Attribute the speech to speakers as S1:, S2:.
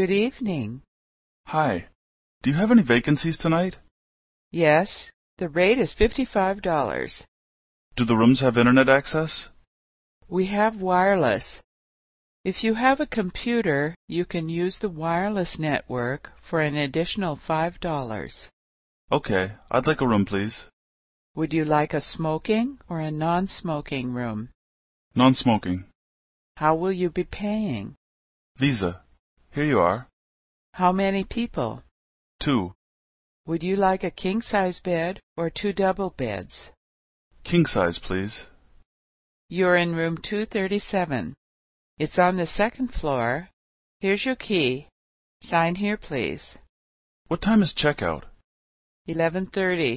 S1: Good evening.
S2: Hi. Do you have any vacancies tonight?
S1: Yes, the rate is $55.
S2: Do the rooms have internet access?
S1: We have wireless. If you have a computer, you can use the wireless network for an additional $5.
S2: Okay. I'd like a room, please.
S1: Would you like a smoking or a non-smoking room?
S2: Non-smoking.
S1: How will you be paying?
S2: Visa. Here you are.
S1: How many people?
S2: Two.
S1: Would you like a king-size bed or two double beds?
S2: King size, please.
S1: You're in room 237. It's on the second floor. Here's your key. Sign here, please.
S2: What time is checkout?
S1: 11:30.